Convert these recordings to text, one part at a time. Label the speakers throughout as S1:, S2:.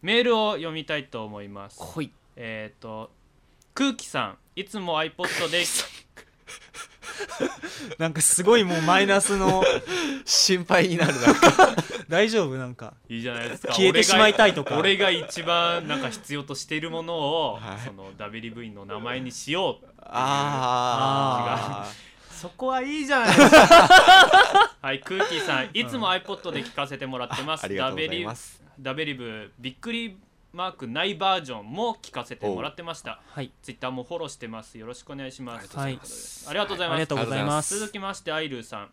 S1: メールを読みたいと思います
S2: ほい
S1: えっ、と空気さんいつも iPod で
S3: なんかすごいもうマイナスの
S2: 心配に なるな
S3: 大丈夫なんか
S1: いいじゃないですか
S3: 消えてしまいたいとか
S1: 俺が俺が一番なんか必要としているものを、
S2: はい
S1: その WV の名前にしよう
S2: ああ
S1: そこはいいじゃないですか はい空気さんいつも iPod で聞かせてもらってます
S2: ありがとうございます
S1: ダベリブびっくりマークないバージョンも聞かせてもらってました
S3: はい
S1: ツイッターもフォローしてますよろしくお願いします
S3: はい
S1: ありがとうござい
S3: あ
S1: ま
S3: り
S1: す
S3: がとうございます
S1: 続きましてアイルーさん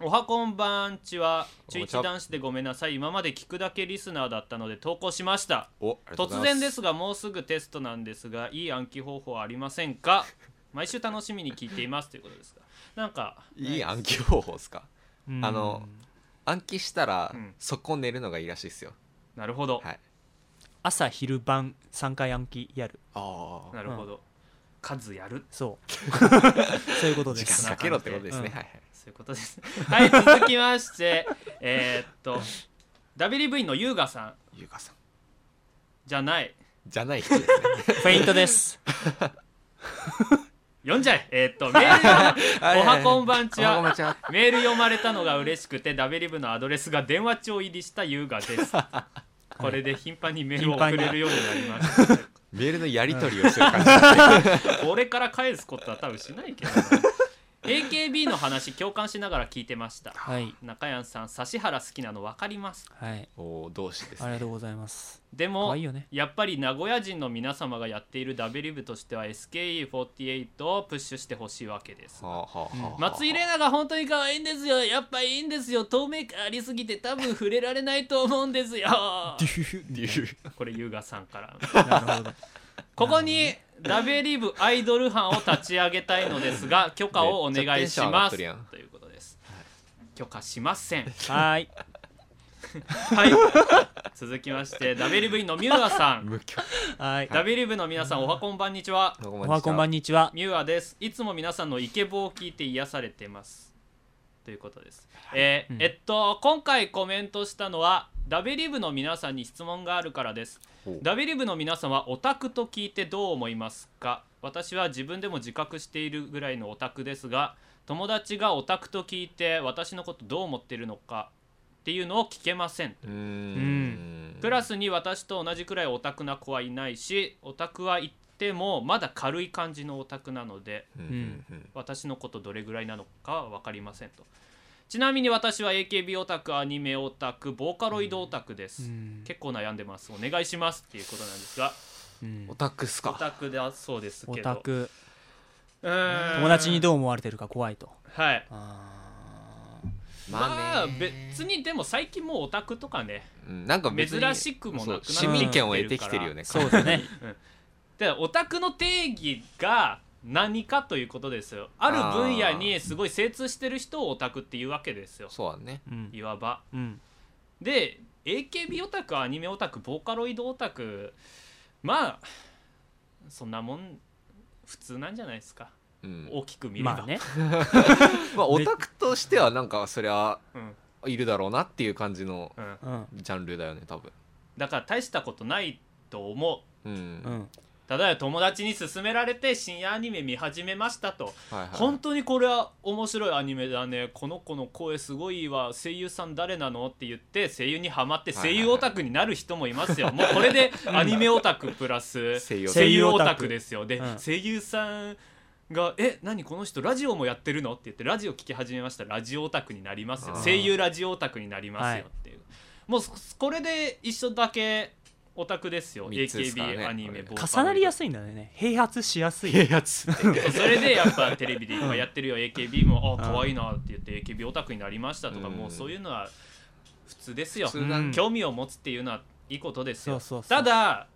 S1: おはこんばんちは中
S2: こんにちは
S1: 1男子でごめんなさい今まで聞くだけリスナーだったので投稿しました
S2: おありがとうご
S1: 突
S2: ざい
S1: 然
S2: ます
S1: ですがもうすぐテストなんですがいい暗記方法ありません か毎週楽しみに聞いていますということですがなんか
S2: いい暗記方法ですか
S3: うん
S2: あの暗記したら、
S1: うん
S2: そこ寝るのがいいらしいですよ
S1: なるほど、
S2: はい
S3: 朝昼晩3回暗記やる
S2: あ
S1: なるほど、数やる
S3: そう そういうことで
S2: 時
S3: す
S2: 間かけろってことですね、
S3: うん
S2: はいはい
S1: そういうことです はい続きましてえーっと WV の優雅さん
S2: ゆうかさん
S1: じゃない
S2: じゃない人ですね
S3: フェイントです
S1: 読んじゃええーっとメールが
S2: は い
S1: おはこんばんち
S2: おはこんばん
S1: は
S2: ちは
S1: メール読まれたのが嬉しくてダベリブのアドレスが電話帳入りした優雅ですこれで頻繁にメールを送れるようになりました
S2: メールのやり取りをする感じ、
S1: 俺から返すことは多分しないけどな AKB の話共感しながら聞いてました
S3: はい
S1: 中谷さん指原好きなの分かります
S3: はい
S2: おお同志です
S3: あり
S2: ね
S3: がとうございます
S1: で
S3: 可
S1: も
S3: 愛い よね
S1: やっぱり名古屋人の皆様がやっているダベリブとしては SKE48 をプッシュしてほしいわけです
S2: はあはあはあはあ
S1: 松井玲奈が本当に可愛いんですよやっぱいいんですよ透明感ありすぎて多分触れられないと思うんです よ
S2: っていう
S1: これ優雅さんから
S3: なるほど
S1: ここにダベリブアイドル班を立ち上げたいのです が許可をお願いしますと
S2: めっちゃテンション上がっとるやん
S1: いうことです許可しません
S3: はい
S1: はい続きましてダベリブのミュアさん
S2: 無許
S3: はい
S1: ダベリブの皆さんおはこんばんにちは
S2: お
S3: おはこんばん
S2: に
S3: にちは
S1: ミュアですいつも皆さんのイケボを聞いて癒されてますということです、えー
S3: うん
S1: えっと今回コメントしたのはダベリブの皆さんに質問があるからです
S2: ほう
S1: ダベリブの皆さんはオタクと聞いてどう思いますか私は自分でも自覚しているぐらいのオタクですが友達がオタクと聞いて私のことどう思ってるのかっていうのを聞けません
S2: うーん
S1: プラスに私と同じくらいオタクな子はいないしオタクは言ってもまだ軽い感じのオタクなので
S2: うんうんうん
S1: 私のことどれぐらいなのかは分かりませんとちなみに私は AKB オタクアニメオタクボーカロイドオタクです、
S3: うん
S1: 結構悩んでますお願いしますっていうことなんですが
S3: うん
S2: オタクっす
S1: オ
S2: か
S1: タクだそうです
S3: オ
S1: け
S3: タ
S1: ど
S3: ク
S1: うーん
S3: 友達にどう思われてるか怖いと
S1: はい
S3: あ
S1: ま
S2: ま
S1: あ
S2: あね
S1: 別にでも最近もうオタクとかね
S2: うんなんか別に
S1: 珍しくもなくなって
S2: そう市民権を得てきてるよね
S3: ーそうだ ね
S1: でオタクの定義が何かということですよある分野にすごい精通してる人をオタクっていうわけですよ
S2: そうだね
S3: うん
S1: いわば
S3: うん
S1: で AKB オタクアニメオタクボーカロイドオタクまあそんなもん普通なんじゃないですか
S2: うん
S1: 大きく見れば、
S3: まあね
S2: まあオタクとしてはなんかそりゃ
S1: うん
S2: いるだろうなっていう感じの
S1: うん、
S3: うん
S2: ジャンルだよね多分
S1: だから大したことないと思う
S2: うん、
S3: うん
S1: ただ友達に勧められて深夜アニメ見始めましたと
S2: はいはい
S1: 本当にこれは面白いアニメだねこの子の声すごいわ声優さん誰なのって言って声優にハマって
S2: はいは
S1: 声
S2: い
S1: 優オタクになる人もいますよもうこれ でアニメオタクプラス
S2: 声優オタク
S1: 声優オタクですよで
S3: うん
S1: 声優さんが「え何この人ラジオもやってるの?」って言ってラジオ聞き始めましたらラジオオタクになりますよ
S2: あー
S1: 声優ラジオオタクになりますよ
S3: はい
S1: っていう、もうそこれで一緒だけオタクですよ
S2: 三つですからね
S1: AKB アニメ
S2: こ
S1: ボーカル
S3: 重なりやすいんだね併発しやす い
S2: やつって
S1: そうそれでやっぱテレビで今やってるよ AKB もあ可愛いなって言って AKB オタクになりましたとか
S2: うん
S1: もうそういうのは普通ですよ
S2: 普通なん
S1: 興味を持つっていうのはいいことですよ
S3: そうそうそう
S1: ただ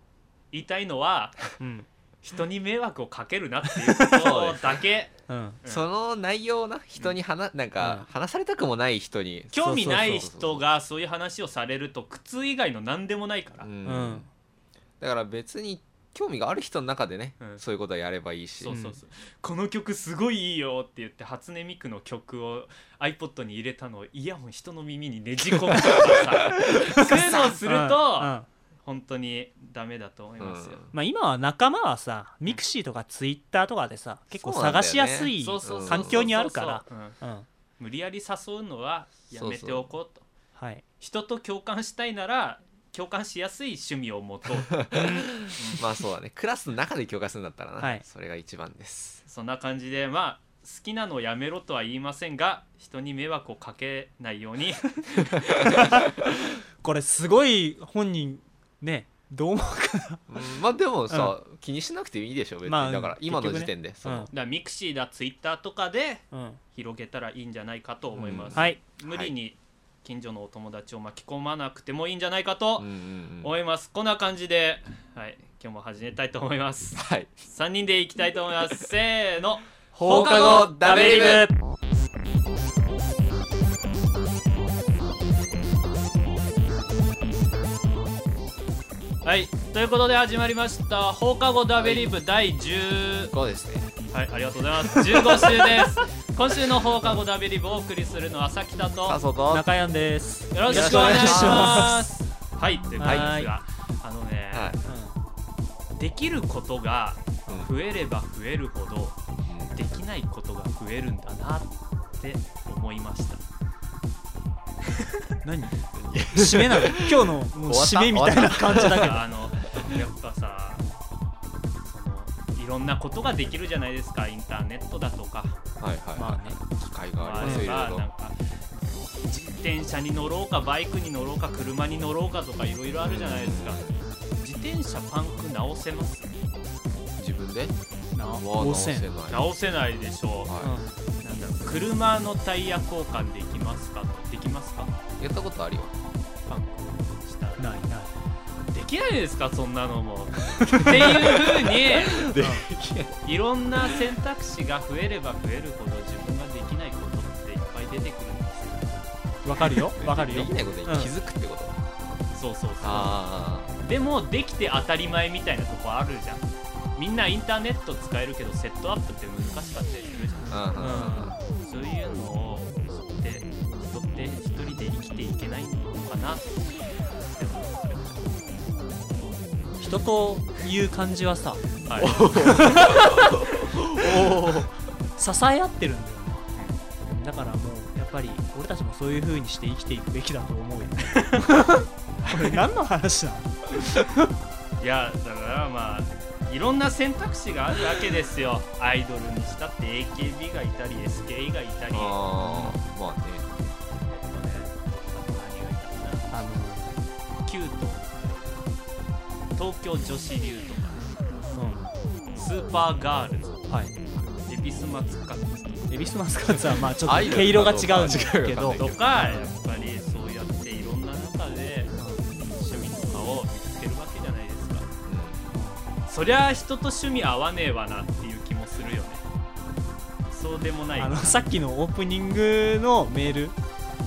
S1: 言いたいのは
S3: うん
S1: 人に迷惑をかけるなっていうことだけ
S3: うん
S1: うん
S2: その内容をな人に話、なんか話されたくもない人に
S1: 興味ない
S2: そうそうそう
S1: 人がそういう話をされると苦痛以外の何でもないから、
S2: うん
S3: うん
S2: だから別に興味がある人の中でね、
S1: うん
S2: そういうことはやればいいし
S1: そうそうそう、この曲すごいいいよって言って初音ミクの曲を iPod に入 れたのをイヤホン人の耳にねじ込むとかさそういうのをすると、
S3: うん
S1: 本当にダメだと思いますよ、
S3: まあ、今は仲間はさミクシーとかツイッターとかでさ結構探しやすい
S1: そううんそうそうそう
S2: 環
S3: 境にあるから
S1: そうそううん
S3: うん
S1: 無理やり誘うのはやめておこうと
S3: はい
S1: 人と共感したいなら共感しやすい趣味を持 とう
S2: まあそうだねクラスの中で強化するんだったらな、
S3: はい
S2: それが一番です
S1: そんな感じでまあ好きなのをやめろとは言いませんが人に迷惑をかけないよう に
S3: これすごい本人ねどう思うか
S2: うんまあでもさ、気にしなくていいでしょ別に、
S3: まあ
S2: だから今の
S3: 結局ね
S2: 時点で、その
S1: だミクシーだツイッターとかで
S3: うん
S1: 広げたらいいんじゃないかと思います、
S2: うん
S3: はい
S1: 無理に近所のお友達を巻き込まなくてもいいんじゃないかと
S2: うんうんうん
S1: 思います、こんな感じで、はい、今日も始めたいと思います
S2: はい
S1: 3人でいきたいと思いますせーの
S2: 放課後ダメリブ
S1: はいということで始まりました放課後ダベリブ第10
S2: こうですね
S1: はいありがとうございます15週です今週の放課後ダベリブをお送りするのは朝北と
S2: さあ
S1: よ
S2: そうと
S3: 中山です
S1: ろしくお願いし
S3: は
S1: ますはいということですがあのね、
S2: はい
S1: できることが
S2: うん
S1: 増えれば増えるほどできないことが増えるんだなって思いました
S3: い何 締めなの 今日のもう締めみたいな感じだけど
S1: あのやっぱさそのいろんなことができるじゃないですかインターネットだとか
S2: はいはい、
S3: まあね
S2: 機会があり
S1: あ
S2: ますよ
S1: れ
S2: いろ
S1: ば
S2: いろ
S1: なんか自転車に乗ろうかバイクに乗ろうか車に乗ろうかとかいろいろあるじゃないですか自転車パンク直せます
S2: 自分で
S3: な
S2: は
S3: 汚染
S2: ない
S1: 直せないでしょ
S2: は
S1: うなんだろう車のタイヤ交換できますかできますか
S2: いやったことあるよ
S1: パンクしたら
S3: うんないない
S1: できないですかそんなの もっていうふう
S2: で
S1: にいろんな選択肢が増えれば増えるほど自分ができないことっていっぱい出てくるんで
S3: わかるよわかるよ
S2: できないことに気づくってこと、
S1: すよそうそうそ
S2: あ
S1: うでもできて当たり前みたいなとこあるじゃんみんなインターネット使えるけどセットアップって難しかったりするじゃん
S2: あうんうんうん
S1: そういうのを知って人って一人で生きていけないのかなって思うんですよ
S3: 人という感じはさ
S1: はい
S3: 支え合ってるんだよねだからもうやっぱり俺たちもそういう風にして生きていくべきだと思う よこれ何の話なの
S1: いやだからまあいろんな選択肢があるわけですよアイドルにしたって AKB がいたり SKE がいたりあ
S2: あーまあね
S1: とねあと何がいたか
S3: あ
S1: なキュート東京女子流とか
S3: の
S1: スーパーガールズ
S3: うんはい
S1: エビスマツカツ
S3: エビスマスカッツはまあちょっ
S2: ア
S3: と
S2: イドル
S3: 毛色が違うんだ
S2: 違
S3: け
S2: うか
S3: ど
S2: わかんない
S1: とかやっぱりそうやっていろんな中で趣味とかを見つけるわけじゃないですかそりゃ人と趣味合わねえわなっていう気もするよねそうでもない
S3: あのさっきのオープニングのメール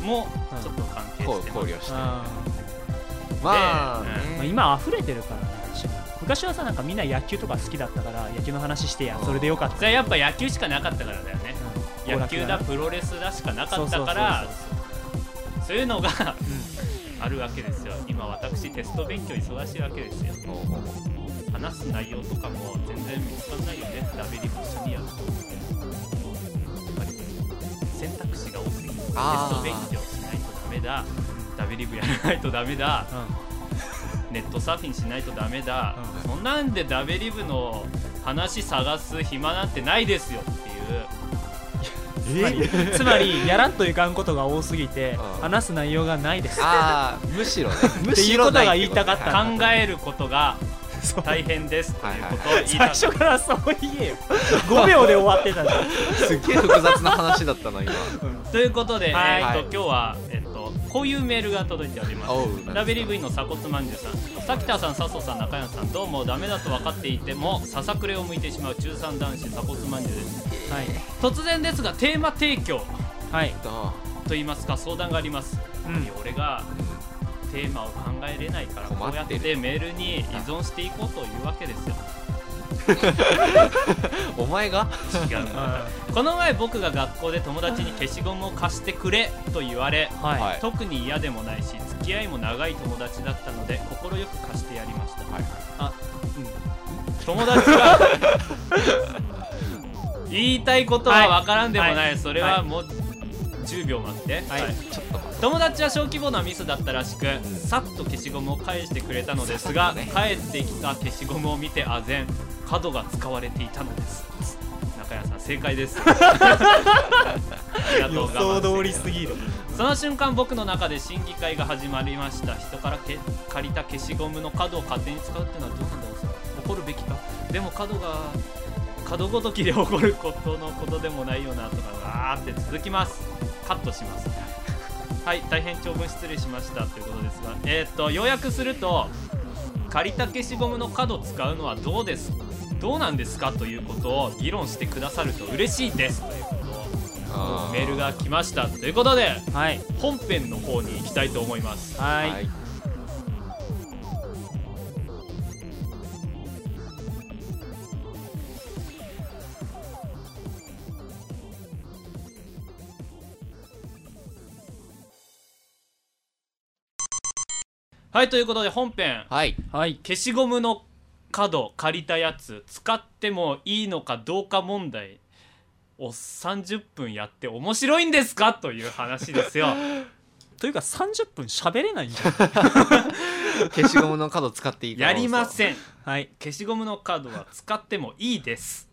S1: もちょっと関係して
S2: こ
S1: ます
S2: う考慮して
S3: あ
S2: まあ
S3: ーまあ
S2: ね
S3: 今溢れてるからね趣味昔はさなんかみんな野球とか好きだったから野球の話してやそれでよかった
S1: それはやっぱ野球しかなかったからだよね
S3: うん
S1: 野球だプロレスだしかなかったからそういうのがあるわけですよ今私テスト勉強忙しいわけですよ
S2: おうおう
S1: 話す内容とかも全然見つかんないよねダビリブ一緒にやると思ってやっぱり選択肢が多すぎるテス
S2: あ
S1: ト
S2: ー
S1: 勉強しないとダメだダビリブやらないとダメだ
S3: うん
S1: ネットサーフィンしないとダメだ、
S2: う
S1: そんなんでダベリブの話探す暇なんてないですよっていう
S3: つまりつまりやらんといかんことが多すぎて
S2: うん
S3: 話す内容がない です
S2: あーむしろねむ
S3: ってい
S2: し
S3: うこ
S2: ろ
S3: と
S2: な
S3: が
S2: い
S3: 言いたかった
S2: はい
S1: 考えることが
S3: そう
S1: 大変ですっていうことを言い
S3: 最
S1: た
S3: 初からそう言えよ5秒で終わってたじゃん
S2: すっげえ複雑な話だったな今
S1: ということで、
S3: はい
S1: えーと
S2: はい
S1: 今日は、えっとこういうメールが届いております
S2: おう
S1: ダベリブイの鎖骨まんじゅうさんさきたさん笹さん中山さんどうもダメだと分かっていてもささくれを向いてしまう中3男子鎖骨まんじゅうです
S3: はい
S1: 突然ですがテーマ提供
S3: はい
S2: あ
S1: と言いますか相談があります、
S3: うん
S1: 俺が
S2: ーうん
S1: テーマを考えれないからこ
S2: 困
S1: うやっ
S2: って
S1: て
S2: る
S1: メールに依存していこうというわけですよ
S2: お前が
S1: 違うなこの前僕が学校で友達に消しゴムを貸してくれと言われ
S3: はい
S2: はい
S1: 特に嫌でもないし付付き合いも長い友達だったので快く貸してやりました、友達が言いたいことは分からんでもない、それはもう、10秒待って、はい
S2: ちょっと待って
S1: 友達は小規模なミスだったらしくさっと消しゴムを返してくれたのですが、
S2: さっとね
S1: 返ってきた消しゴムを見てあぜん角が使われていたのです中谷さん正解ですありがとう
S3: 予
S1: ござ
S3: 想
S1: い
S3: 通
S1: ま
S3: り
S1: す
S3: すぎる
S1: その瞬間僕の中で審議会が始まりました人からけ借りた消しゴムの角を勝手に使うってのはどうなんだろう怒るべきかでも角が角ごときで起こることのことでもないよなとかわーって続きますカットしますはい大変長文失礼しましたということですがえーっと要約すると借りた消しゴムの角使うのはどうですどうなんですかということを議論してくださると嬉しいですということをメールが来ましたということで
S3: はい
S1: 本編の方に行きたいと思います
S3: はい、
S2: はい
S1: はいということで本編
S2: はい
S3: はい、
S1: 消しゴムの角借りたやつ使ってもいいのかどうか問題を30分やって面白いんですかという話です よ
S3: というか30分喋れないんじゃん
S2: 消しゴムの角使っていい
S1: やりま
S2: ん
S1: せん
S3: はい
S1: 消しゴムの角は使ってもいいです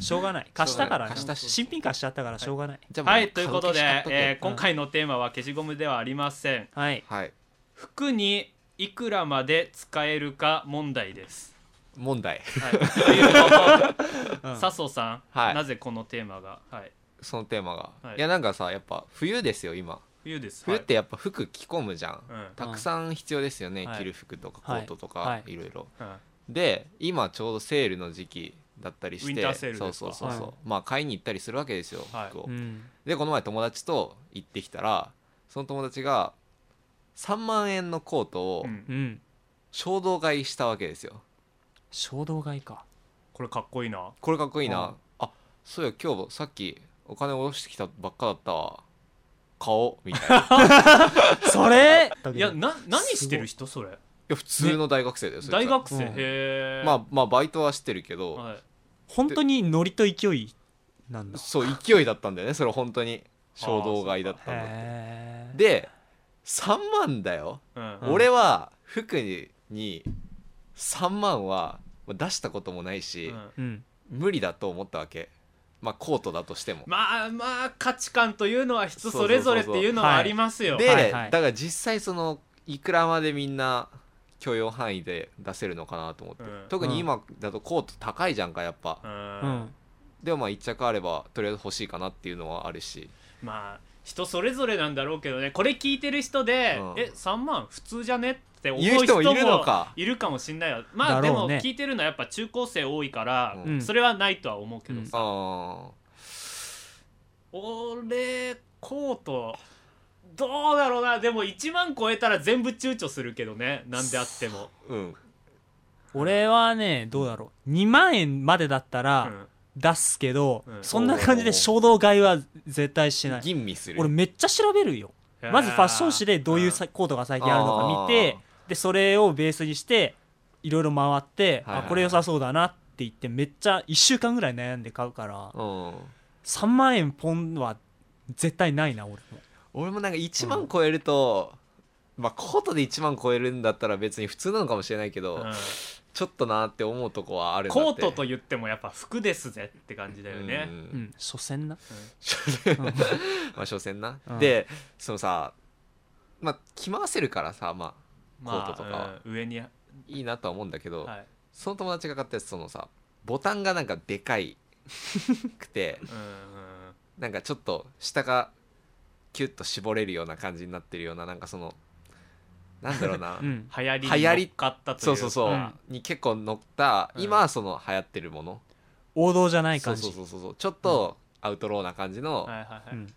S3: しょうがない貸したから、ね、
S2: 貸したし
S3: 新品貸しちゃったからしょうがない
S2: じゃあも
S1: はいということで
S2: 角消し買っ、とけ
S1: えー今回のテーマは消しゴムではありません
S3: はい
S2: はい
S1: 服にいくらまで使えるか問題です、
S2: 問題
S1: はい、ということで
S3: うん
S1: 笹生さん、
S2: はい
S1: なぜこのテーマが、はい、
S2: そのテーマが、
S1: はい
S2: い、やなんかさやっぱ冬ですよ今
S1: 冬です
S2: 冬ってやっぱ服着込むじゃん、
S1: はい
S2: たくさん必要ですよね、
S3: はい
S2: 着る服とかコ
S3: はい
S2: ートとか、
S3: はい
S2: いろいろ
S1: うんうん
S2: で今ちょうどセールの時期だったりして
S1: ウィンターセールですか
S2: そうそうそうそう、
S3: はい
S2: まあ買いに行ったりするわけですよ、
S1: はい
S2: 服を
S3: うん
S2: でこの前友達と行ってきたらその友達が3万円のコートを
S1: うん
S3: うん
S2: 衝動買いしたわけですよ、
S3: 衝動買いか
S1: これかっこいいな
S2: これかっこいいな、
S3: はい
S2: あそうや今日さっきお金下ろしてきたばっかだったわ買おうみた いない
S3: それ
S1: いやな何して
S3: すご
S1: る
S3: い
S1: 人それ
S2: や普通の大学生だよ、そいつは
S1: 大学生、
S3: うん
S1: へえ
S2: まあまあバイトはしてるけど、
S1: はい、
S3: 本当にノリと勢いなんだ
S2: そう勢いだったんだよねそれ本当に衝動買いだったんだって
S3: へえ
S2: で3万だよ、
S1: うん
S3: うん
S2: 俺は服にに3万は出したこともないし、
S1: うん
S3: うん
S2: 無理だと思ったわけまあコートだとしても、
S1: まあまあ価値観というのは人
S2: そうそ
S1: そ
S2: うそうそ
S1: れ
S2: う
S1: ぞれっていうのはありますよ、
S2: で、
S3: はいはい
S2: だから実際そのいくらまでみんな許容範囲で出せるのかなと思って、
S1: うん
S2: 特に今だとコート高いじゃんかやっぱ、
S1: うん
S3: うん
S2: でもまあ1着あればとりあえず欲しいかなっていうのはあるし
S1: まあ人それぞれなんだろうけどねこれ聞いてる人で、
S2: うん
S1: え3万普通じゃねって思う
S2: 言
S1: 人
S2: う人
S1: も
S2: も
S1: い
S2: い
S1: る
S2: るのか
S1: かもしんないわまあ、
S3: だ
S1: で
S3: ろ
S1: も
S3: うね
S1: 聞いてるのはやっぱ中高生多いから、
S2: うん
S1: それはないとは思うけどさ、
S2: あ
S1: 俺コートどうだろうなでも1万超えたら全部躊躇するけどねなんであっても、
S2: ーうん
S3: 俺はねどうだろう2万円までだった
S1: う
S3: ら
S1: ん、
S3: 出すけど、
S1: うん
S3: そんな感じで衝動買いは絶対しない
S2: 吟味する
S3: 俺めっちゃ調べるよまずファッション誌でどういうさコートが最近あるのか見て
S2: あ
S3: でそれをベースにしていろいろ回って、
S2: はいはいはい
S3: あこれ良さそうだなって言ってめっちゃ1週間ぐらい悩んで買うから
S2: うん
S3: 3万円ポンは絶対ないな俺も
S2: 俺もなんか1万超えると、まあコートで1万超えるんだったら別に普通なのかもしれないけど、
S1: うん
S2: ちょっとなーって思うとこはあるんだ
S1: コ
S2: っ
S1: ー
S2: て
S1: トと言ってもやっぱ服ですぜって感じだよ
S2: う
S1: ね、
S2: ん
S3: うん所詮な
S2: まあ所詮な、
S3: うん
S2: でそのさまあ着回せるからさまあ
S1: まあ
S2: コートとかは
S1: うん上にはい
S2: いなとは思うんだけど、
S1: い、
S2: その友達が買ったやつそのさボタンがなんかでかいくて
S1: うん
S2: なんかちょっと下がキュッと絞れるような感じになってるようななんかそのなんだろうな、
S3: うん
S1: うん、流行り
S2: 流行り
S1: に乗っかったというか
S2: そうそうそう、
S3: うん
S2: に結構乗った
S1: うん
S2: 今はその流行ってるもの、
S3: 王道じゃない
S2: そ
S3: 感
S2: う
S3: じ
S2: そうそうそうちょっとアウトローな感じの、
S1: はいはいはい、
S3: うん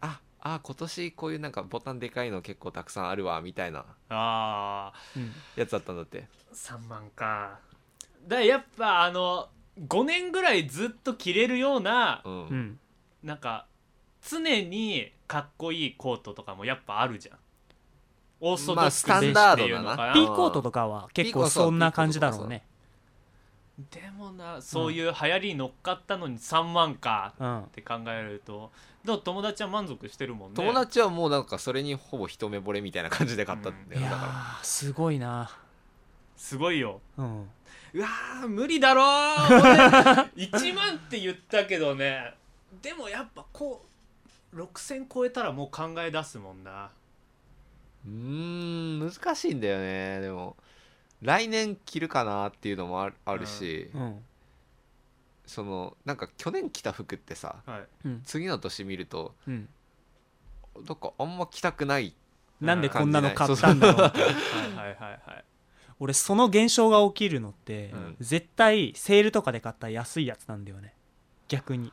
S2: ああ今年こういうなんかボタンでかいの結構たくさんあるわみたいな
S1: ああ
S3: うん
S2: やつだったんだって
S1: 3万かだからやっぱあの5年ぐらいずっと着れるような
S2: う、ん、
S3: うん
S1: なんか常にかっこいいコートとかもやっぱあるじゃんオーソドックス
S2: まあスタン
S1: っ
S2: ダードだな
S1: ていうのか
S2: あ
S1: な
S2: ー
S3: ピーコートとかは結構そんな感じだろうね
S1: でもなそういう流行りに乗っかったのに3万か
S3: うん
S1: って考えるとでも友達は満足してるもんね
S2: 友達はもうなんかそれにほぼ一目惚れみたいな感じで買ったんだ
S3: い
S2: よ、
S3: や
S2: だから
S3: ーすごいな
S1: すごいよ
S3: うん
S1: うわー無理だろ ー俺1万って言ったけどねでもやっぱこう6000超えたらもう考え出すもんな
S2: うーん難しいんだよねでも来年着るかなっていうのもあるあるし、
S3: うん
S2: そのなんか去年着た服ってさ
S1: はい
S3: うん
S2: 次の年見ると
S3: うん
S2: なんかあんま着たくない
S3: なんでこんなの買ったんだろう
S1: はいはいはいはい
S3: 俺その現象が起きるのって、
S2: うん
S3: 絶対セールとかで買った安いやつなんだよね逆に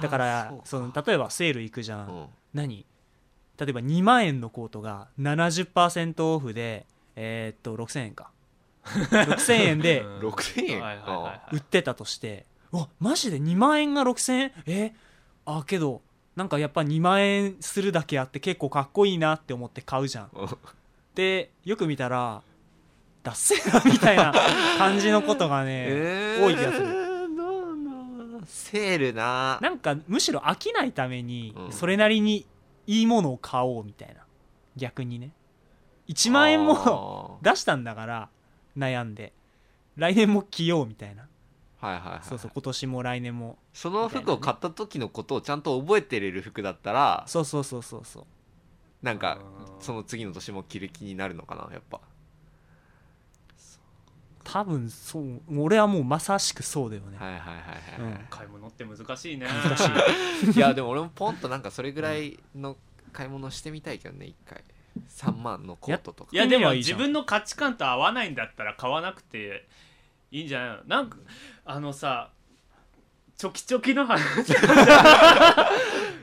S3: だからその例えばセール行くじゃん、
S2: うん
S3: 何例えば2万円のコートが70%オフでえーっと6000円か6000円で
S1: うん
S2: 6000円
S1: はいはいはい
S3: 売ってたとしてうわマジで2万円が6000円えあけどなんかやっぱ2万円するだけあって結構かっこいいなって思って買うじゃん
S2: うん
S3: でよく見たらダッセーなみたいな感じのことが ね、多い気がする
S2: るどうなセールな
S3: なんかむしろ飽きないために
S2: うん
S3: それなりにいいものを買おうみたいな逆にね1万円も出したんだから悩んで来年も着ようみたいな
S2: あーはいはいはい
S3: そうそう今年も来年も
S2: その服を買った時のことをちゃんと覚えてれる服だったら
S3: そうそうそうそうそう
S2: なんか
S1: うん
S2: その次の年も着る気になるのかなやっぱ
S3: 多分そう俺はもうまさしくそうだよね、
S2: はいはいはいはいはい、
S3: うん
S1: 買い物って難しいね
S3: 難しい
S2: いやでも俺もポンとなんかそれぐらいの買い物してみたいけどね一回3万のコートとか
S1: いやで
S3: 組め
S1: も
S3: ばいいじ
S1: 自
S3: ゃ
S1: 分
S3: ん
S1: の価値観と合わないんだったら買わなくていいんじゃないのなんかあのさちょきちょきの 話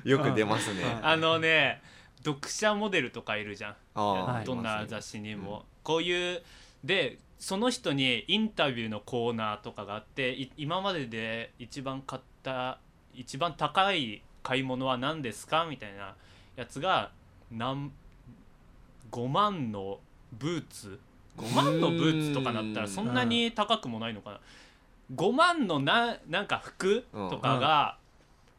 S2: よく出ますね
S3: うん
S1: あのね読者モデルとかいるじゃん
S2: あ
S3: はい
S2: ー
S1: どん
S2: い
S1: な
S2: ますね
S1: 雑誌にも、こういうでその人にインタビューのコーナーとかがあってい今までで一番買った一番高い買い物は何ですかみたいなやつが何5万のブーツ5万のブーツとかだったらそんなに高くもないのかな5万のななんか服とかが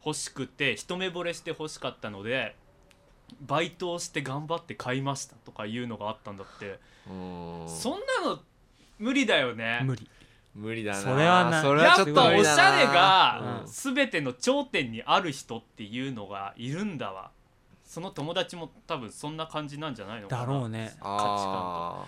S1: 欲しくて一目惚れして欲しかったのでバイトをして頑張って買いましたとかいうのがあったんだって
S2: うん
S1: そんなの無理だよね
S3: 無理
S2: 無理だな
S3: それはな
S2: それ
S1: や
S2: は
S1: っ
S2: ち
S1: ぱ
S2: ょっと無
S1: お
S2: 理
S1: し
S2: だな
S1: ゃれが
S3: うん
S1: 全ての頂点にある人っていうのがいるんだわその友達も多分そんな感じなんじゃないのかな
S3: だろうね
S1: 価値観
S2: あ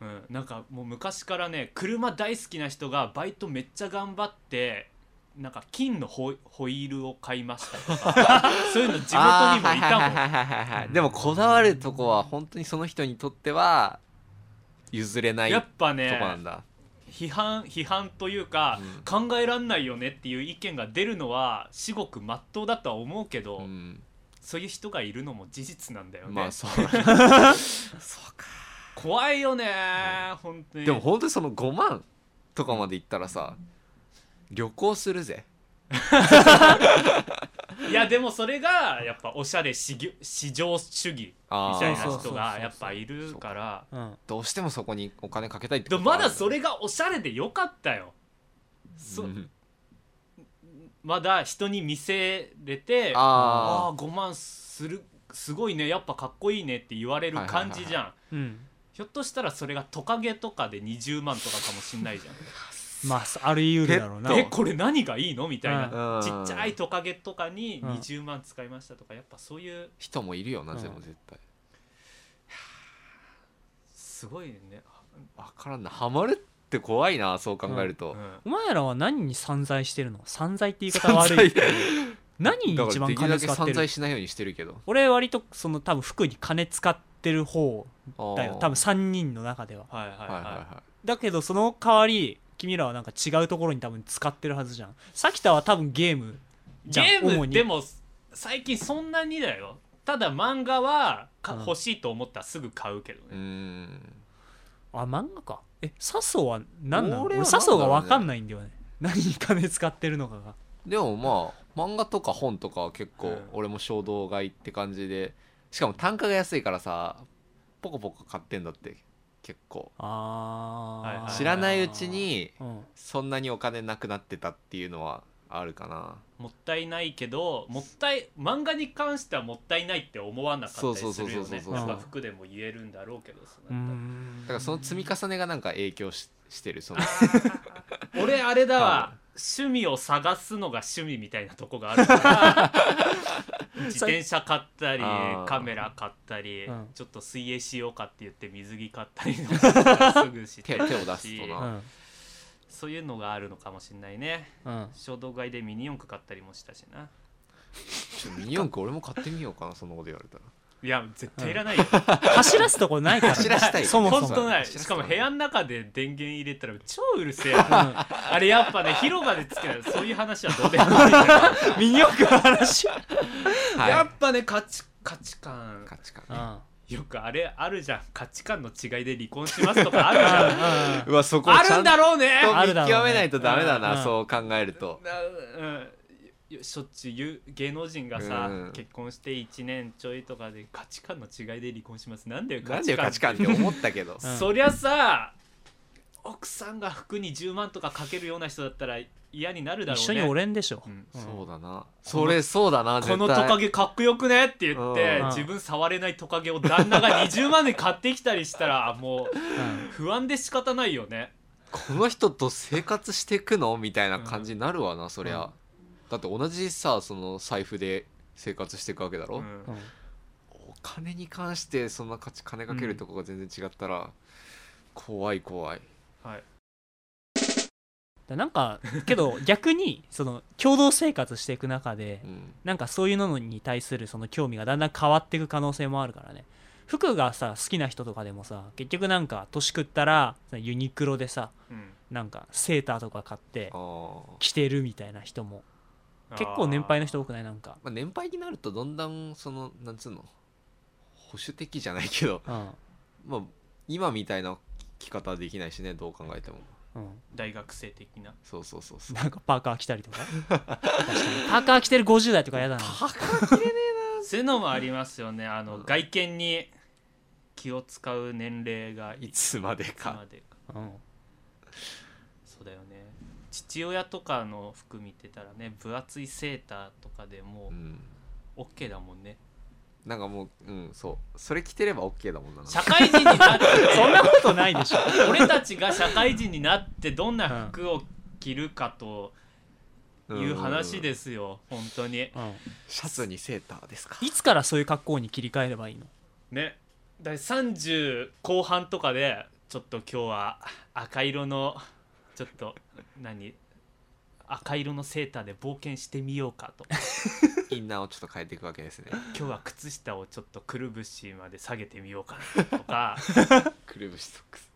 S1: と、うん、なんかもう昔からね車大好きな人がバイトめっちゃ頑張ってなんか金のホイホイールを買いましたとか そういうの地
S2: ー
S1: 元
S2: あ
S1: にもいたもん
S2: ーはいはいはいはいはい
S1: うん
S2: でもこだわるとこは本当にその人にとっては譲れない
S1: や
S2: と
S1: っ
S2: こ
S1: ぱね
S2: なんだ
S1: 批判批判というか、考えらんないよねっていう意見が出るのは至極真っ当だとは思うけど、
S2: うん
S1: そういう人がいるのも事実なんだよね、
S2: まあそう だねそうか
S1: 怖いよね、本当に
S2: でも本当にその5万とかまでいったらさ旅行するぜ
S1: いやでもそれがやっぱおしゃれ至上至上主義み
S2: あ
S1: たいな
S3: そうそうそう
S1: 人がやっぱいるから
S3: うん
S2: どうしてもそこにお金かけたいって
S1: でも
S2: は
S1: ま
S2: ある
S1: だそれがおしゃれでよかったよ、そ
S2: うん
S1: まだ人に見せれてあ
S2: あ
S1: あ5万するすごいねやっぱかっこいいねって言われる感じじゃん、
S3: うん
S1: ひょっとしたらそれがトカゲとかで20万とかかもしんないじゃん
S3: まああり得るだろうな
S1: え
S2: ペッ
S1: これ何がいいのみたいな、
S2: あ
S1: ちっちゃいトカゲとかに
S3: うん
S1: 20万使いましたとかやっぱそういう
S2: 人もいるよな
S3: うん
S2: でも絶対
S1: すごいね、
S2: 分からんなハマるって怖いなそう考える
S1: う
S2: と
S1: ん、
S3: お前らは何に散財してるの散財って言い方悪いけど何に
S2: だか
S3: 一
S2: ら
S3: 番
S2: でき
S3: 金
S2: るだけ
S3: 使って
S2: 散
S3: る
S2: 財しないようにしてるけど
S3: 俺割とその多分服に金使ってる方だよ
S2: あー
S3: 多分3人の中では
S1: はいはいはい、
S2: はいはいは
S3: だけどその代わり君らはなんか違うところに多分使ってるはずじゃんさきたは多分ゲームじゃあ
S1: ゲー
S3: 主
S1: ム
S3: に
S1: でも最近そんなにだよただ漫画はか、
S3: うん
S1: 欲しいと思ったらすぐ買うけど
S2: いうー
S1: ね、
S2: ん
S3: あ漫画かえ笹生は何なの
S2: 俺
S3: 俺
S2: は
S3: 笹生が分か
S2: なん
S3: んないんだよね 何に金使ってるのかが
S2: でもまあ漫画とか本とかは結
S1: う
S2: 構
S1: ん
S2: 俺も衝動買いって感じでしかも単価が安いからさポコポコ買ってんだって結構
S3: あー、
S1: はいはい
S2: 知らないうちに
S3: うん
S2: そんなにお金なくなってたっていうのはあるかな
S1: もったいないけどもったい漫画に関してはもったいないって思わなかったりするよ
S2: そうそうそう
S1: ね
S2: そう
S3: そう
S1: なんか服でも言えるんだろうけどそうの辺
S3: ん
S2: だからその積み重ねがなんか影響ししてるそ の
S1: 俺あれだわ趣味を探すのが趣味みたいなとこがあるから 自転車買ったり
S2: あー
S1: カメラ買ったり、
S3: うん
S1: ちょっと水泳しようかって言って水着買ったり とかすぐして
S2: 手手を出すと
S3: う
S2: な、
S3: ん
S1: そういうのがあるのかもしれないね
S3: うん
S1: 衝動買いでミニ四駆買ったりもしたしな
S2: ちょっとミニ四駆俺も買ってみようかなそんなこと言われたら
S1: いや絶対いらないよ、
S3: 走らすとこないから
S2: 走らしたいよね
S3: そも
S1: ほ
S3: そ
S1: ん
S3: も
S1: とない
S2: そうそう
S1: しかも部屋の中で電源入れたら超うる せえあれやっぱね広場でつけたらそういう話はどうでもいいから
S3: ミニ四駆の話
S1: やっ
S2: は
S1: ぱね価値価値観
S2: い価値観
S3: うん
S2: ね
S1: よくあれあるじゃん価値観の違いで離婚しますとか あるじゃん
S2: うわそこを
S1: あ
S2: ちゃ
S1: る
S2: ん
S1: んだろうね
S3: ある
S2: と
S3: だろ
S2: 見
S3: うね
S2: 極めないとダメだ
S3: うん
S2: なそう考えると
S1: なうんよしょっちゅう言う芸能人がさ、
S2: うん
S1: 結婚して1年ちょいとかで価値観の違いで離婚しますなんだよ
S2: なんでよ価値観って思ったけど
S3: うん
S1: そりゃさ奥さんが服に10万とかかけるような人だったら嫌になるだろうね
S3: 一緒におれんでしょ
S1: うん
S2: そうだなそれそうだな絶
S1: こ
S2: 対
S1: のトカゲかっこよくねって言って
S2: うん
S1: 自分触れないトカゲを旦那が20万で買ってきたりしたらもう
S3: うん
S1: 不安で仕方ないよね
S2: この人と生活していくのみたいな感じになるわな、そり
S1: う
S2: ゃ、
S1: ん
S2: だって同じさその財布で生活していくわけだろ、
S1: うん
S3: うん
S2: お金に関してそんな価値金かけるとこが全然違ったら、怖い怖い
S1: はい
S3: だなんかけど逆にその共同生活していく中で
S2: うん
S3: なんかそういうのに対するその興味がだんだん変わっていく可能性もあるからね服がさ好きな人とかでもさ結局なんか年食ったらそのユニクロでさ
S1: うん
S3: なんかセーターとか買って
S2: あー
S3: 着てるみたいな人も結構年配の人多くないなんか、
S2: まあ、年配になるとどんどんそのなんつうの保守的じゃないけど、
S3: うん
S2: まあ、今みたいな着方はできないしねどう考えても
S3: うん、
S1: 大学生的な
S2: そうそうそ うそう
S3: なんかパーカー着たり とか確かにパーカー着てる50代とか嫌だな
S1: そういうのもありますよねあの
S2: うん
S1: 外見に気を使う年齢が
S2: い
S1: い
S2: つまで
S1: つ
S2: か
S1: までか
S3: うん
S1: そうだよね父親とかの服見てたらね分厚いセーターとかでも
S2: うん
S1: う OK だもんね
S2: なんかもううんそうそれ着てれば OK だもんな
S1: 社会人になってね
S3: そんなことないでしょ
S1: 俺たちが社会人になってどんな服を着るかという話
S2: す
S1: ですよ、本当に
S3: うん
S2: シャツにセーターで すか
S3: いつからそういう格好に切り替えればいいの
S1: ねだい30後半とかでちょっと今日は赤色のちょっと何赤色のセーターで冒険してみようかと
S2: インナーをちょっと変えていくわけですね
S1: 今日は靴下をちょっとくるぶしまで下げてみようかなとか
S2: くるぶしソックス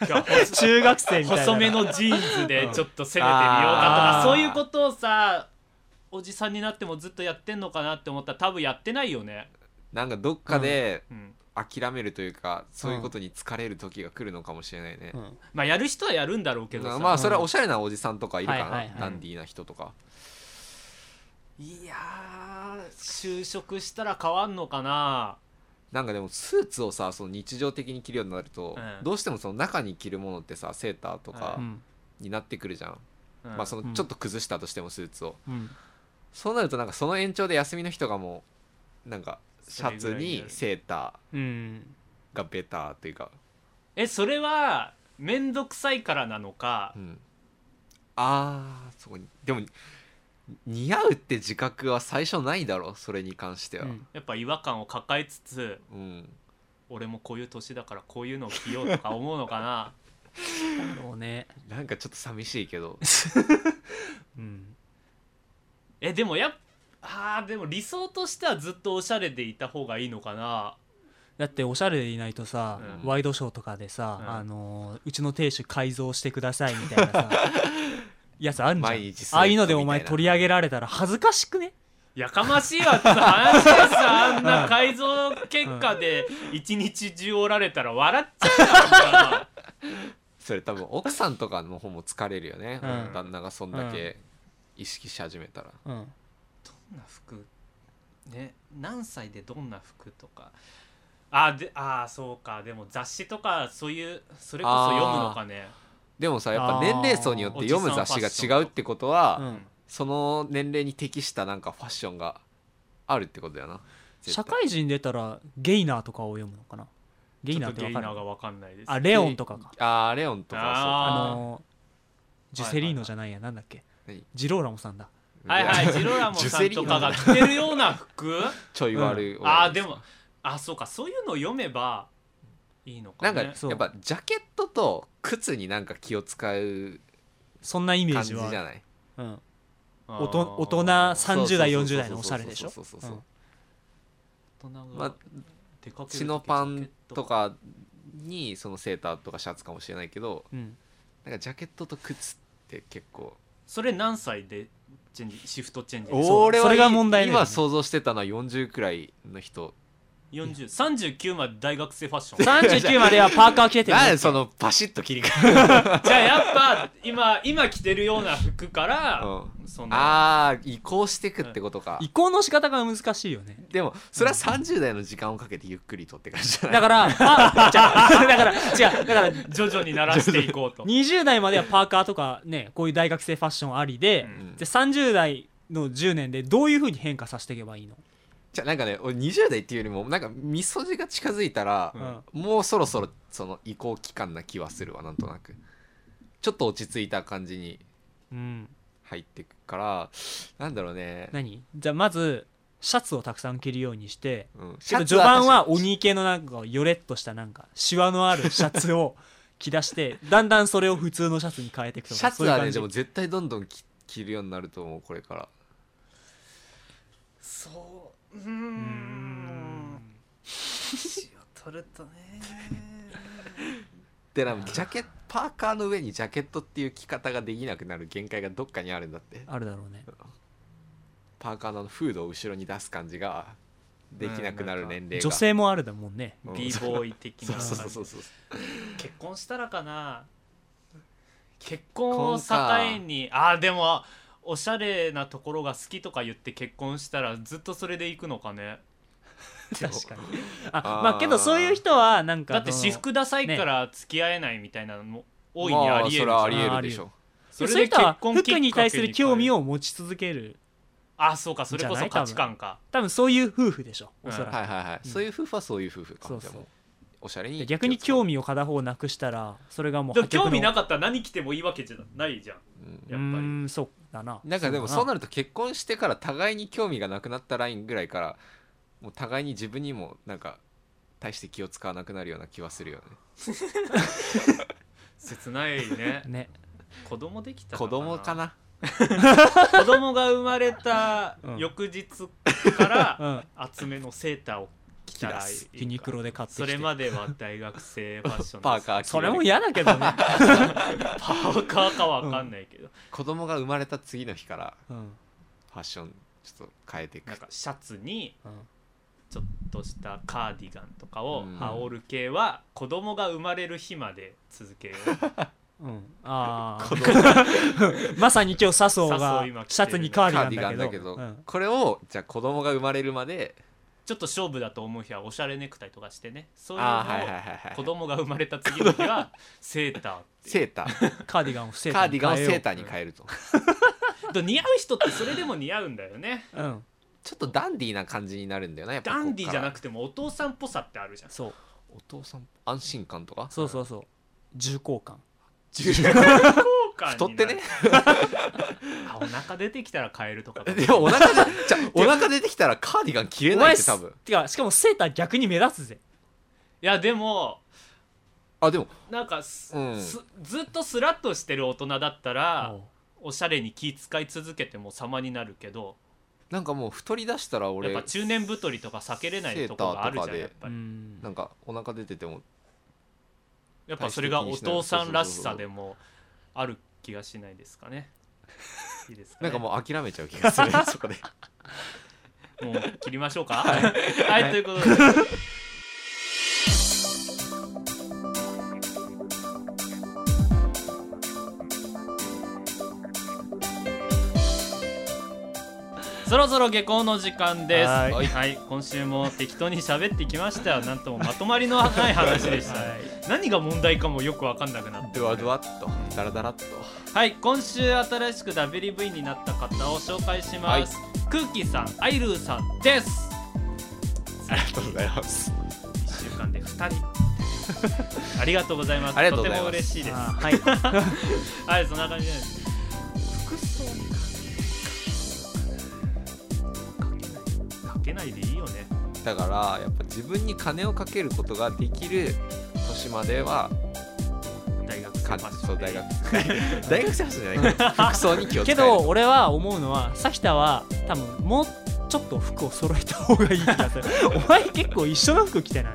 S1: 今日は細
S3: 中学生みたいな
S1: 細めのジーンズでちょっと攻めてみよう
S2: あ
S1: か
S2: ー
S1: とかそういうことをさおじさんになってもずっとやってんのかなって思ったら多分やってないよね、
S2: なんかどっかで
S1: うん、
S2: 諦めるというか、そういうことに疲れる時が来るのかもしれないね、
S3: うん
S1: まあやる人はやるんだろうけど
S2: ま
S1: さ、
S2: あまあそれはおしゃれなおじさんとかいるかな、
S3: はいはいはい
S2: ダンディーな人とか
S1: いやー就職したら変わんのかな
S2: なんかでもスーツをさその日常的に着るようになると、
S1: うん
S2: どうしてもその中に着るものってさセーターとか
S3: うん
S2: になってくるじゃん、
S1: うん
S2: まあそ
S3: うん
S2: のちょっと崩したとしてもスーツを、
S3: うん
S2: そうなるとなんかその延長で休みの人がもうなんかシャツにセータ
S3: うん
S2: ーがベターというか
S1: えそれは面倒くさいからなのか
S2: うん、あーそこにでも似合うって自覚は最初ないだろそれに関しては、うん
S1: やっぱ違和感を抱えつつ俺もこういう年だからこういうのを着ようとか思うのかな
S3: そうね
S2: なんかちょっと寂しいけど
S3: うん
S1: えでもやっあーでも理想としてはずっとおしゃれでいた方がいいのかな
S3: だっておしゃれでいないとさ、
S2: うん
S3: ワイドショーとかでさ、
S1: うん
S3: あのーうちの亭主改造してくださいみたいな さやつあるじゃん
S2: 毎日スウェット
S3: ああいうのでお前
S2: みたいな
S3: 取り上げられたら恥ずかしくね
S1: やかましいわって話でさあんな改造結果で一日中おられたら笑っちゃうよ
S2: それ多分奥さんとかの方も疲れるよね、
S3: うん
S2: 旦那がそんだけ意識し始めたら、
S3: うん
S1: どんな服ね何歳でどんな服とかあであーそうかでも雑誌とかそういうそれこそ読むのかね
S2: でもさやっぱ年齢層によって読む雑誌が違うってことは、
S3: うん
S2: その年齢に適したなんかファッションがあるってことだよな絶
S3: 社
S2: 対
S3: 会人出たらゲイナーとかを読むのかなゲ
S1: ち
S3: イ
S1: ょ
S3: ナ
S1: っ
S3: ー
S1: と
S3: って
S1: ゲイ
S3: 分
S1: ナ
S3: か
S1: ー
S3: る
S1: がわかんないです
S3: あレオンとかか
S2: あーレオンとかはそう
S3: あ
S2: か
S1: あー
S3: のジュセリーノじゃないやなんだっけ
S2: 何
S3: ジローラモさんだ
S1: はいはいジロラモさんとかが着てるような服
S2: ちょい悪い、
S1: うんあーでもあそうかそういうのを読めばいいのか
S2: なんか
S1: ね
S2: やっ
S3: そう
S2: ぱジャケットと靴になんか気を使う
S3: そんなイメー
S2: 感
S3: ジ
S2: じじ
S3: は
S2: ゃ
S3: ある
S2: ない
S3: うん
S1: あー
S3: おと大人
S2: そうそうそ
S3: 30
S2: う
S3: 代
S2: そう
S3: 40代のおしゃれでしょ
S2: そうそうそうそう
S3: うん
S1: 大人が
S2: まあ
S1: 出かける時
S2: チノパンとかにそのセーターとかシャツかもしれないけど
S3: うん
S2: なんかジャケットと靴って結構
S1: それ何歳でチェンジシフトチェンジ
S3: おー
S2: 俺は
S3: それが問題だよね
S2: 今想像してたのは40くらいの人
S1: 4039まで大学生ファッシ ョン
S3: 39まではパーカー着てて
S2: なんで
S3: も
S2: そのパシッと切り替え
S1: じゃあやっぱ今今着てるような服から、
S2: う
S1: その
S2: あー移行してくってことか、
S3: 移行の仕方が難しいよね
S2: でもそれは30代の時間をかけてゆっくりとって感じじゃな
S3: だ
S2: い
S3: からあじゃあ だから違うだから
S1: 徐々に慣らしていこうと
S3: 20代まではパーカーとかねこういう大学生ファッションありで、
S1: うん
S3: で30代の10年でどういうふうに変化させていけばいいの、
S2: じゃあなんかね俺20代っていうよりもなんかみそじが近づいたら
S1: う
S3: うん
S1: ん
S2: もうそろそろその移行期間な気はするわなんとなくちょっと落ち着いた感じに
S3: うん
S2: 入ってくからなんだろうね、
S3: 何じゃあまずシャツをたくさん着るようにして
S2: うん、
S3: ちょっと序盤は
S2: シャツ確かに
S3: 鬼系のなんかヨレッとしたなんかシワのあるシャツを 着出してだんだんそれを普通のシャツに変えていくとか
S2: シャツは
S3: そうい
S2: ね
S3: う
S2: で
S3: 感
S2: も
S3: じ
S2: 絶対どんどん着着るようになると思うこれから
S1: そううー
S3: う
S1: ん
S3: ー ん
S1: 年を取るとね
S2: でなんかジャケパーカーの上にジャケットっていう着方ができなくなる限界がどっかにあるんだって
S3: あるだろうね
S2: パーカーのフードを後ろに出す感じができなくなる年齢が、
S3: 女性もあるだもんね
S2: うん
S1: b ボーイ的な
S2: そうそうそうそう
S1: 結婚したらかな結婚を境にあーでもおしゃれなところが好きとか言って結婚したらずっとそれで行くのかね
S3: 確かにあ
S2: あー
S3: まあけどそういう人はなんか
S1: だって
S3: その
S1: 私服ダサいから付き合えないみたいなのも大いにありえる
S2: まあそ
S1: じ
S2: れ
S1: ゃん
S2: は
S3: あ
S2: あ
S3: りえ
S2: りえるで
S3: る
S2: しょ
S1: そ
S3: そう
S1: れ
S3: い
S1: で
S3: う人
S1: 結
S3: は
S1: 婚
S3: 服に対する興味
S1: を
S3: を持ち続ける
S1: あそうかそれこ
S3: じ
S1: そ
S3: ゃない
S1: 価値観か
S3: 多分そういう夫婦でしょおそらく、
S2: はいはいはい、
S3: うん
S2: そういう夫婦はそういう夫婦か
S3: そうそう
S2: じゃあもうおしゃれ
S3: で
S2: に
S3: 逆に興
S2: 味、
S3: 味を片方なくしたらそれがもう
S1: でも興味な
S3: く
S1: かったら何着てもいいわけじゃないじゃん
S2: うん
S1: やっぱり
S3: んそうだな
S2: なんかでもそう
S3: だ
S2: なると結婚してから互いに興味がなくなったラインぐらいからもう互いに自分にもなんか大して気を使わなくなるような気はするよね
S1: 切ない ね
S3: ね
S1: 子供できたら
S2: 子供かな
S1: 子供が生まれた
S3: うん
S1: 翌日か
S3: う
S1: ら
S3: ん
S1: 厚めのセーターを着たらいいか
S3: ユニクロで買ってきて
S1: それまでは大学生ファッションです
S2: パーカー着る
S3: それも嫌だけどね、
S1: パーカーかわかんないけど、
S2: 子供が生まれた次の日から
S3: うん
S2: ファッションちょっと変えていく
S1: なんかシャツに
S3: うん
S1: ちょっとしたカーディガンとかを
S2: うん
S1: 羽織る系は子供が生まれる日まで続けよう
S3: うん、あ
S2: 子
S3: あ
S2: 供
S3: まさに今日笹生
S1: 笹
S3: が
S1: 生今着てるね
S3: シャツにカ
S2: カ
S3: ー
S2: ー
S3: デ
S2: デ
S3: ィガ
S2: ィガ
S3: ン
S2: ン
S3: だ
S2: だ
S3: け
S2: け
S3: ど
S2: ど、
S3: うん
S2: これをじゃあ子供が生まれるまで
S1: ちょっと勝負だと思う日はおしゃれネクタイとかしてねそういうのを、
S2: ああはいはいはいはい
S1: 子供が生まれた次の日はセーターって
S2: セーター
S3: カーディガンをセータ
S2: カーディガンをセー
S3: タ
S2: ターに変えると
S1: で似合う人ってそれでも似合うんだよね
S3: ーうん
S2: ちょっとダンディーな感じになるんだよなやっぱ
S1: ダンディじゃな
S2: く
S1: くてもお父さんっぽさってあるじゃん
S3: そう
S2: お父さん安心感 とか
S3: そうそうそう重厚感
S2: 重要
S1: 太
S2: 太ってね
S1: あお腹出てきたら変えるとか
S2: でもお腹じゃじゃあお腹出てきたらカーディガン着れ
S3: お
S2: な
S3: 前
S2: いって多分
S3: てかしかもセーター逆に目立つぜ
S1: いやでも
S2: あでも
S1: なんかす、
S2: うん
S1: すずっとスラッとしてる大人だったら
S3: おう
S1: おしゃれに気使い続けても様になるけど
S2: なんかもう太り出したら
S1: や
S2: 俺
S1: っぱ中年太りとか避けれないとこがあるじゃん
S2: セーターとかで
S1: やっぱ
S3: う
S1: り、
S3: ん
S2: なんかお腹出てても
S1: やっぱそれがお父さんらしさでもある気がしないですかねいいですか、
S2: な
S1: ね、
S2: んかもう諦めちゃう気が するそこで
S1: もう切りましょうかはい、ということでそろそろ下校の時間です
S3: は
S1: はいい、今週も適当に喋ってきましたよなんともまとまりのない話でした、何が問題かもよく分かんなくなって
S2: ドワドワっとダラダラっと
S1: はい今週新しく WV になった方を紹介します、空気さんアイルーさんです
S2: ありがとうございます
S1: 1週間で2人 ありがとうございます
S2: ありがとうござい
S1: とて
S2: ます
S1: も嬉しいです
S3: あは
S1: は
S3: い
S1: いそんな感じです
S2: 服装に関
S1: かけないでいいよね
S2: だからやっぱ自分に金をかけることができる年までは
S1: 大学生
S2: か
S1: ファッショ
S2: そう
S1: ンで
S2: 大学 大学生はそうじゃないから 服装に気を使
S3: け
S2: える
S3: ど俺は思うのはサヒタは多分もうちょっと服を揃えた方がいい気 がするお前結構一緒の服着てない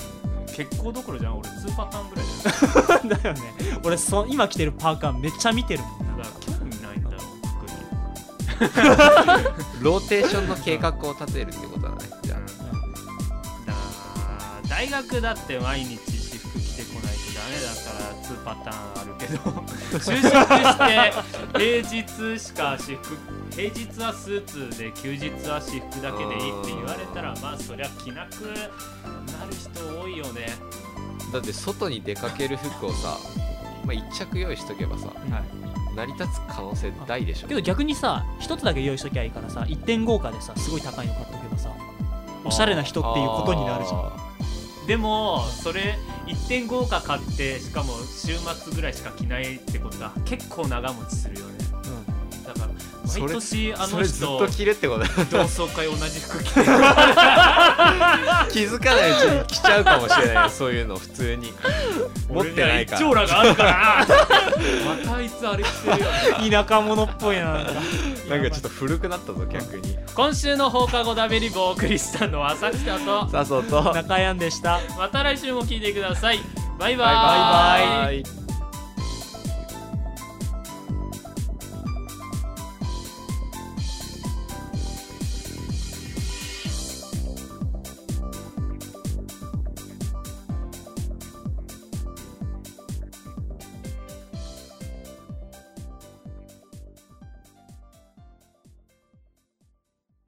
S1: 結構どころじゃん俺2パターンぐらいだよ
S3: だよね俺そ今着てるパーカーめっちゃ見てるもん
S1: だから興味ないんだよ服に
S2: ローテーションの計画を立てるってことだねじゃあ
S1: だ大学だって毎日私服着てこないとダメだから2パターンある けど就職して平日しか私服平日はスーツで休日は私服だけでいいって言われたらまあそりゃ着なくなる人多いよね
S2: だって外に出かける服をさ、まあ、1着用意しとけばさ
S3: はい
S2: 成り立つ可能性大でしょ
S3: けど逆にさ一つだけ用意しときゃいいからさ1.5価でさすごい高いの買っとけばさおしゃれな人っていうことになるじゃん
S2: ん
S1: でもそれ1.5か買ってしかも週末ぐらいしか着ないってことは結構長持ちするよねだから
S2: それ
S1: 毎年あ
S2: そ
S1: の
S2: れずっ
S1: 人
S2: と着るってことだ
S1: 同窓会同じ服着てる
S2: 気づかないうちに着ちゃうかもしれないよそういうの普 通に持ってないから
S1: 俺には一張羅があるから なまたあいつあれしてるよ
S3: うん田舎者っぽいななんか
S2: なんかちょっと古くなったぞ逆に
S1: 今週の放課後ダベリブをお送りしたのは浅草と
S2: さあそうとバイ
S3: 中やんでした
S1: また来週も聞いてくださいバイバーイ
S2: バイ